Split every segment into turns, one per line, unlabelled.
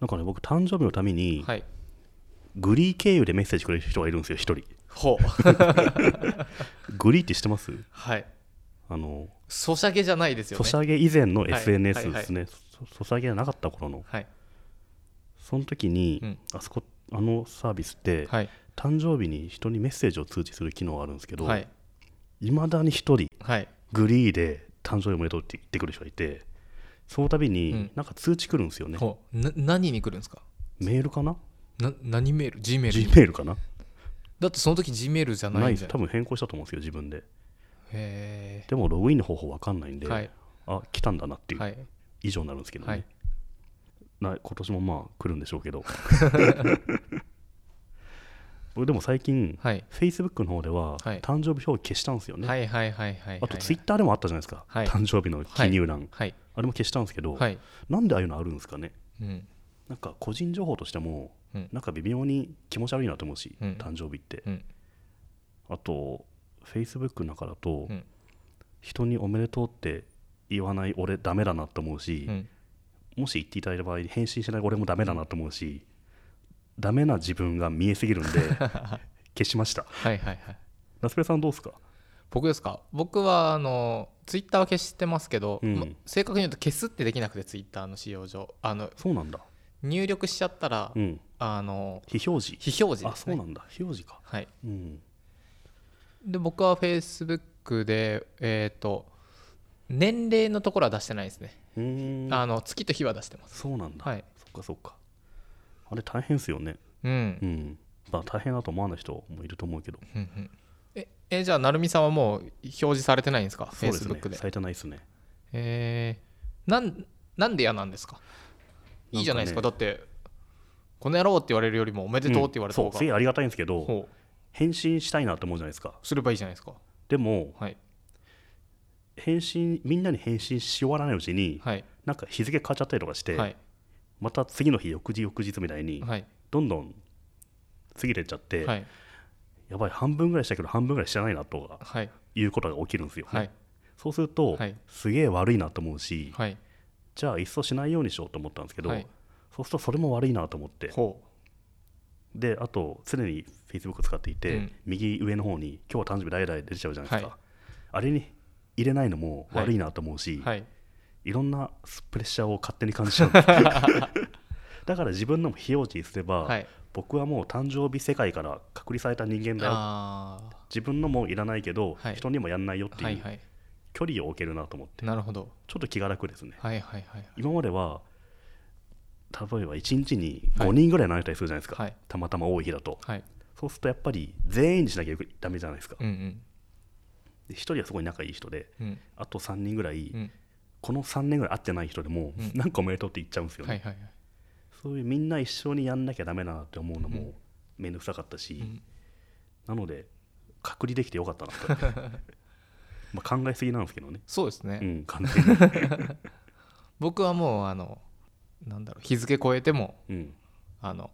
なんかね僕誕生日のために
はい
グリー経由でメッセージくれる人がいるんですよ一人
ほう
グリーって知ってます
はい
あの
ソシャゲじゃないですよ
ソ
ね
シャゲ以前の
はい
SNS ですね、そソシャゲがなかった頃の
はい
その時に、
うん
あそこあのサービスって、
はい
誕生日に人にメッセージを通知する機能があるんですけど、
はいい
まだに一人
はい
グリーで誕生日おめでとうって言ってくる人がいてその度に、
うん
なんか通知来るんですよね
ほうな何に来るんですか
メールかな
な何メール G メー
G
ル
メールかな
だってその時 G メールじゃ
な
ないいん
です
じゃ
多分変更したと思うんですよ自分で
へ
でもログインの方法わかんないん
え
で、
はい
あ来たんだなっていう
はい
以上になるんですけどね、
はい
な今年もまあ来るんでしょう けど僕でも最近
はい
Facebook の方では
はい
誕生日表記消したんですよね、
はいはいはいはい
あと Twitter でもあったじゃないですか、
はい
誕生日の記入欄、
はい
あれも消したんですけど、
はい
なんでああいうのあるんですかね
うん
なんか個人情報としても
うん
なんか微妙に気持ち悪いなと思うし、
うん
誕生日って
うん
あと Facebook の中だと、
うん
人におめでとうって言わない俺ダメだなと思うし、
うん
もし言っていただいた場合返信しない俺もダメだなと思うしダメな自分が見えすぎるん で消しました
はいはいはい
夏目さんどうですか
僕ですか僕はあのツイッターは消してますけど、
うん
ま正確に言うと消すってできなくてツイッターの使用上あの
そうなんだ
入力しちゃったら、
うん
あの
非表示
非表示
あ
です
そう
ね
なんだ非表示か
はい
うん
で僕はフェイスブックでえっ、と年齢のところは出してないですね、
うーん
あの月と日は出してます
そうなんだ、
はい
そっかそっかあれ大変ですよね
うん、
うんまあ大変だと思わない人もいると思うけど
うんうんええじゃあ成美さんはもう表示されてないんですかフ
そ
ェ
う
イ
で
ス
す
ブ
ね
ックで
されてないですね
えーなんなんで嫌なんですかいいじゃないですか
な
だってこの野郎って言われるよりもおめでとうって言われた
う
方
んそ
が
うすげえありがたいんですけど
ほう
返信したいなと思うじゃないですか
すればいいじゃないですか
でも
はい
返信みんなに返信し終わらないうちに
はい
なんか日付変わっちゃったりとかして、
はい
また次の日翌日翌日みたいに
はい
どんどん過ぎてっちゃって、
はい
やばい半分ぐらいしたけど半分ぐらいしてないなとか
はい
いうことが起きるんですよ、
はい
そうすると、
はい
すげえ悪いなと思うし、
はい
じゃあいっそしないようにしようと思ったんですけど、
はい
そうするとそれも悪いなと思って
ほ
であと常に Facebook 使っていて、
うん
右上の方に「今日は誕生日代々」出ちゃうじゃないですか、
は
あれに入れないのも
はい
悪いなと思うし、
うはい
いろんなプレッシャーを勝手に感じち ゃうんですだから自分のも非表示にすれば、
はい
僕はもう誕生日世界から隔離された人間だよ
あ
自分のもいらないけど、
はい
人にもやんないよって
ーはいいうはい
距離を置けるなと思って、
なるほど
ちょっと気が楽ですね
はいはいはい
今までは例えば1日に
はい
5人ぐらいなれたりするじゃないですか、
はい
たまたま多い日だと
はい
そうするとやっぱり全員にしなきゃダメじゃないですか、
うんうん
で1人はすごい仲いい人で
うん
あと3人ぐらい、
うん
この3年ぐらい会ってない人でも、
うん
なんかおめでとうって言っちゃうんですよね、
はいはいはい
そういうみんな一緒にやんなきゃダメだなって思うのも面倒くさかったし、
ん
なので隔離できてよかったなって まあ考えすぎなんですけどね
そうです
う
ね
ん完全 に、
僕はもうあのなんだろう日付超えても
うん、
あの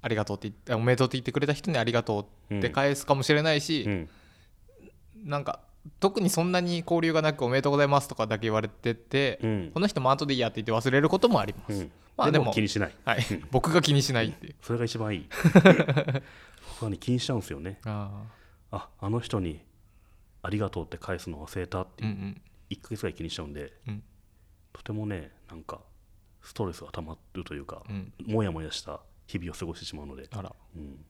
ありがとうって言っておめでとうって言ってくれた人にありがとうって返すかもしれないし、
うん
なんか特にそんなに交流がなくおめでとうございますとかだけ言われてて、
うん
この人も後でいいやって言って忘れることもありま
う
す、
ん
まあで
で
も
も気にしない
はい、僕が気にしないっていう
それが一番い い僕はね気にしちゃうんですよね
あ
ああの人に「ありがとう」って返すの忘れたって
ーう
い
ん
う、
うん
1ヶ月ぐらい気にしちゃうんで、
うん
とてもねなんかストレスが溜まるというか
う、ん
もやもやした日々を過ごしてしまうので、
あら
うん、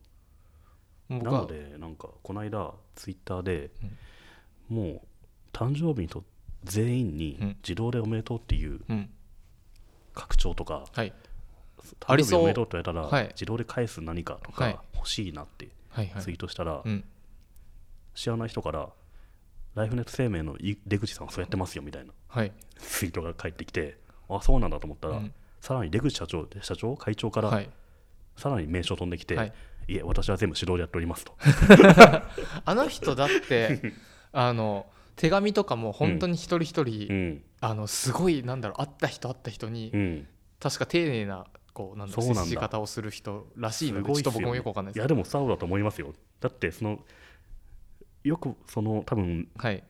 僕
な
は
のでなんかこの間ツイッターで
うん、
もう誕生日と全員
うん
に自動でおめでとうっていう
うん
拡張とか、
はいあ
誕
り
生日
そ
お
う
めでとうって言われた
は
ら
い
自動で返す何かと
はい
か欲しいなって
はいは
ツイ
い
ートしたら
うん
知らない人から「ライフネット生命のい出口さんはそうやってますよ」みたいな
はい
ツイートが返ってきてあそうなんだと思った
う
ら
ん
さらに出口社長社長会長か
は
ら
い
さらに名称飛んできて
はい
「いえ私は全部手動でやっております」と
あの人だって あの手紙とかも本当に一人一人、
うん
あのすごいなんだろう会った人会った人に、
うん
確か丁寧なこうなんだろ
そううなんだ
接し方をする人らしいの
す
で
ご
ちょ
い
っ
っす
と
よね
僕もよくわかんない
い
です
やでもそうだと思いますよだってそのよくその多分
はい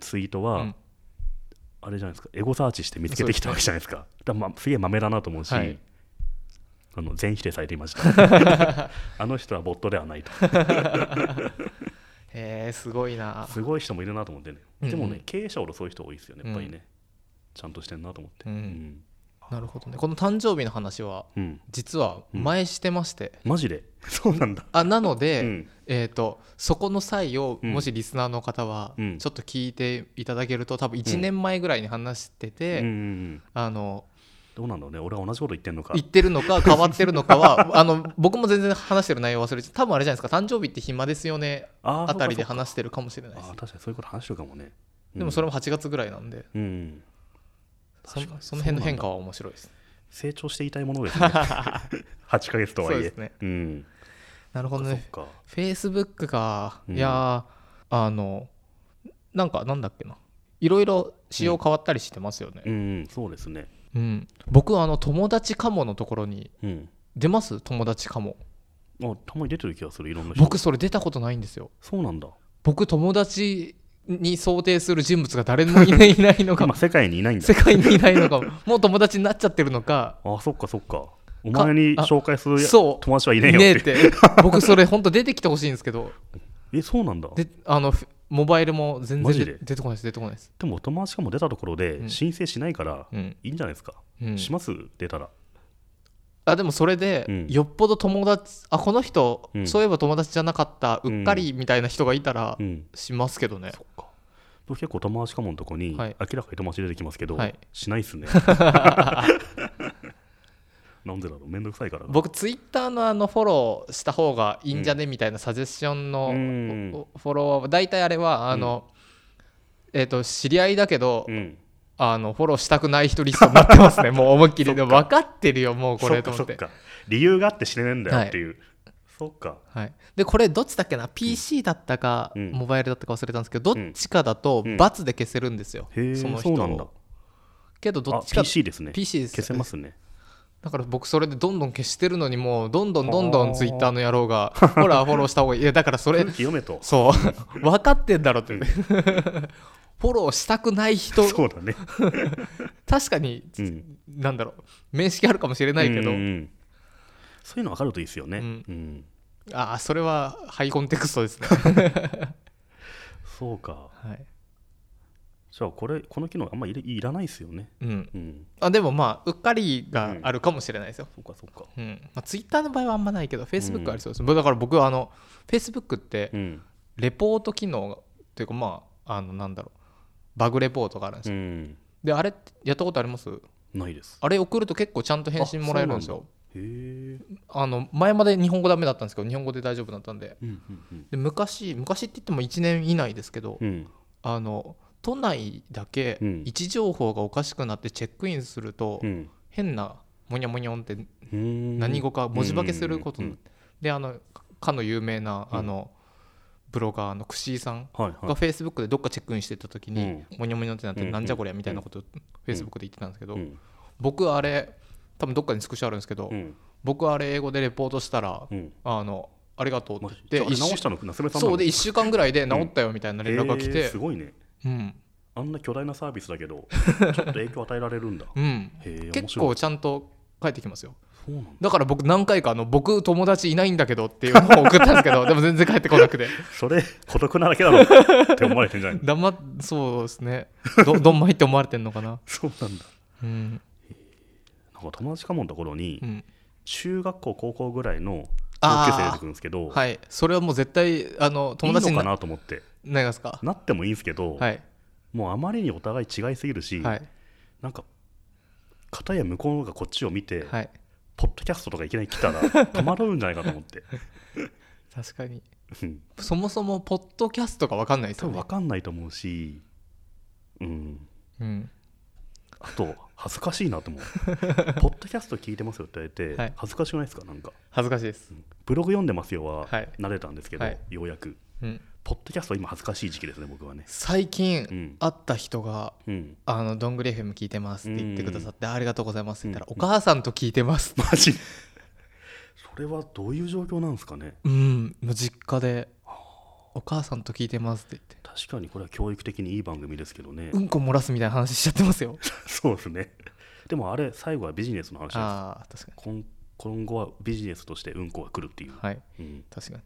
ツイートは、
うん
あれじゃないですかエゴサーチして見つけてきたわけじゃないですかだからまあすげえ豆だなと思うし、
はい
あの全否定されていました あの人はボットではないと
へえすごいな
すごい人もいるなと思ってねでもね、
うんうん
経営者ほどそういう人多いですよねやっぱりね、ちゃんとしてんなと思って
うん
うん、
なるほどねこの誕生日の話は
うん
実は前してまして、
マジで そうなんだ
あなので、
うん
えー、とそこの際を
うん
もしリスナーの方は
うん
ちょっと聞いていただけると多分1年前ぐらいに話してて、
うんうんうん
あの
どうなんだろうね俺は同じこと言ってんのか
言ってるのか変わってるのかは あの僕も全然話してる内容忘れちゃう多分あれじゃないですか誕生日って暇ですよね
あー
あたりで
そうか
話してるかもしれない
そう
で
か
す
あー確かにそういうこと話してるかもね、
でもそ
れ
れも8月ぐらいなんで
うん、うん
そ
確かに
その辺の変化は面白いです
成長していたいもの ですね8ヶ月とはいえ
そうですね
うん
なるほど
そっ
ね
か
フェイスブックか、
うん
いやーあのなんかなんだっけないろいろ仕様変わったりしてますよね、
うんうんそうですね
うん、僕はあの友達かものところに
うん
出ます友達かも
あたまに出てる気がするいろんな人
僕それ出たことないんですよ
そうなんだ
僕友達に想定する人物が誰もいないいないのか
今
も
世界にいないんだ
世界にいないのかももう友達になっちゃってるのか
あそっかそっかお前に
あ
紹介するや
そう
友達はい
い
ねえ
ね
よ
え
っ
ってて僕それ本当出てきてほしいんです けど
えそうなんだで
であのフモバイルも全
マ
然
ジ
で
で
出てこないです出てこないです
もお友達かも出たところ
う
で
ん
申請しないから
うん、
いいんじゃないですか、
うん、
します出たら
あでもそれで、
うん
よっぽど友達あこの人、
うん
そういえば友達じゃなかったうっかりみたいな人がいたら、
うん
しますけどね
そっか僕結構友達かものとこに、
はい
明らかに友達出てきますけど、
はい
しないっ すねなんでだろうめんどくさいからな
僕ツイッターのあのフォローした方がいいんじゃね、みたいなサジェッションの
うん
おおフォロワーは大体あれはあの、えっ、と知り合いだけど、
うん
あのフォローしたくない人リストになってま すねもう思いっきりでも分かってるよもうこ
そっ
れ
か
と思
そ
っ
ってか理由があってしてねえんだよっていう、そっか
はい、でこれどっちだっけな PC だったか、
うん
モバイルだったか忘れたんですけどどっちかだと
うん
罰で消せるんですよ、
へえ
その
そ
人
う
を
なんだ
けどど
あ
っちか
PC ですね
PC です
消せますね
だから僕それでどんどん消してるのにもうどんどんどんどんツイッターの野郎がほらフォローした方がいいいやだからそれ
空気読めと
そう分かってんだろって、フォローしたくない人
そうだね、
確かに、
うん、
なんだろう面識あるかもしれないけど、
うんうんうんそういうの分かるといいですよね、
う
うんん
ああそれはハイコンテクストですね、
そうか
はい
じゃあこれこの機能あんまいれいらないですよね
うん、
うん
あでもまあうっかりがあるかもしれないですよ、
そうかそうか
うんまあ、ツイッターの場合はあんまないけどフェイスブックはありそうです、だから僕はあのフェイスブックって
うん、
レポート機能がっていうかまああのなんだろうバグレポートがあるんです
う
よ、
ん、
であれってやったことあります
ないです
あれ送ると結構ちゃんと返信もらえるんですよ
へえ
あの前まで日本語ダメだったんですけど日本語で大丈夫だったんで
うんうんうん
で昔昔って言っても1年以内ですけど、
うん
あの都内だけ
うん
位置情報がおかしくなってチェックインすると、
うん
変なモニャモニョンって
うん
何語か文字化けすることに、
うん
であのかの有名なあの、ブロガーのクシーさん
はいは
が
い
フェイスブックでどっかチェックインしてた時に、モニョモニョンってなって、
うん
なんじゃこりゃみたいなことをフェイスブックで言ってたんですけど、
うん
僕あれ多分どっかにスクショあるんですけど、
うん
僕あれ英語でレポートしたら、
うん
あのありがとう
マ
っ
ジじ
て言
ゃああ
って
れ
一
直
週
したのなせめさんなの
そうで1週間ぐらいで治ったよみたいな連絡が来
へえ
て
す、ごいね
うん
あんな巨大なサービスだけ どちょっと影響与えられるんだ
うん、
へえ面
結
白
構
い
ちゃんと返ってきますよ
そうなんだ
だから僕何回かあの僕友達いないんだけどっていうのを送ったんですけ どでも全然返ってこなくて
それ孤独なだけだろって思われてんじ ゃない
黙っそうですね どどんまいって思われてんのかな
そうなんだ
うん、
なんか友達かものところに、
うん、
中学校高校ぐらいの
あ
同
ー
級生出てくるんですけど、
はいそれはもう絶対あの友
い
達
い
に
の
な
かなと思って
なりますか
なってもいいんですけど、
はい
もうあまりにお互い違いすぎるし、
はい
なんか片や向こうの方がこっちを見て、
はい
ポッドキャストとかいきなり来 たら戸惑うんじゃないかと思って
確かに
うん
そもそもポッドキャストが分かんないで
多
すよ
分
ね
分、かんないと思うし、うん、
うん、
あと恥ずかしいなと思う ポッドキャスト聞いてますよって言われて、
はい
恥ずかしくないですかなんか
恥ずかしいです、
ブログ読んでますよは
はい
慣れたんですけど、
はい
ようやく
うん、
ポッドキャスト今恥ずかしい時期ですね僕は ね
最近、
うん
会った人が
うん
「あのどんぐり FM 聞いてます」って言ってくださって「ありがとうございます」って言ったら「お母さんと聞いてます」
マジそれはどういう状況なんですかね
うんもう実家で「お母さんと聞いてます」って言って
確かにこれは教育的にいい番組ですけどね、
うんこ漏らすみたいな話しちゃってますよ
そうですねでもあれ最後はビジネスの話なんです
ああ確か
こん今後はビジネスとしてうんこが来るっていう、
はい
うん、
確かに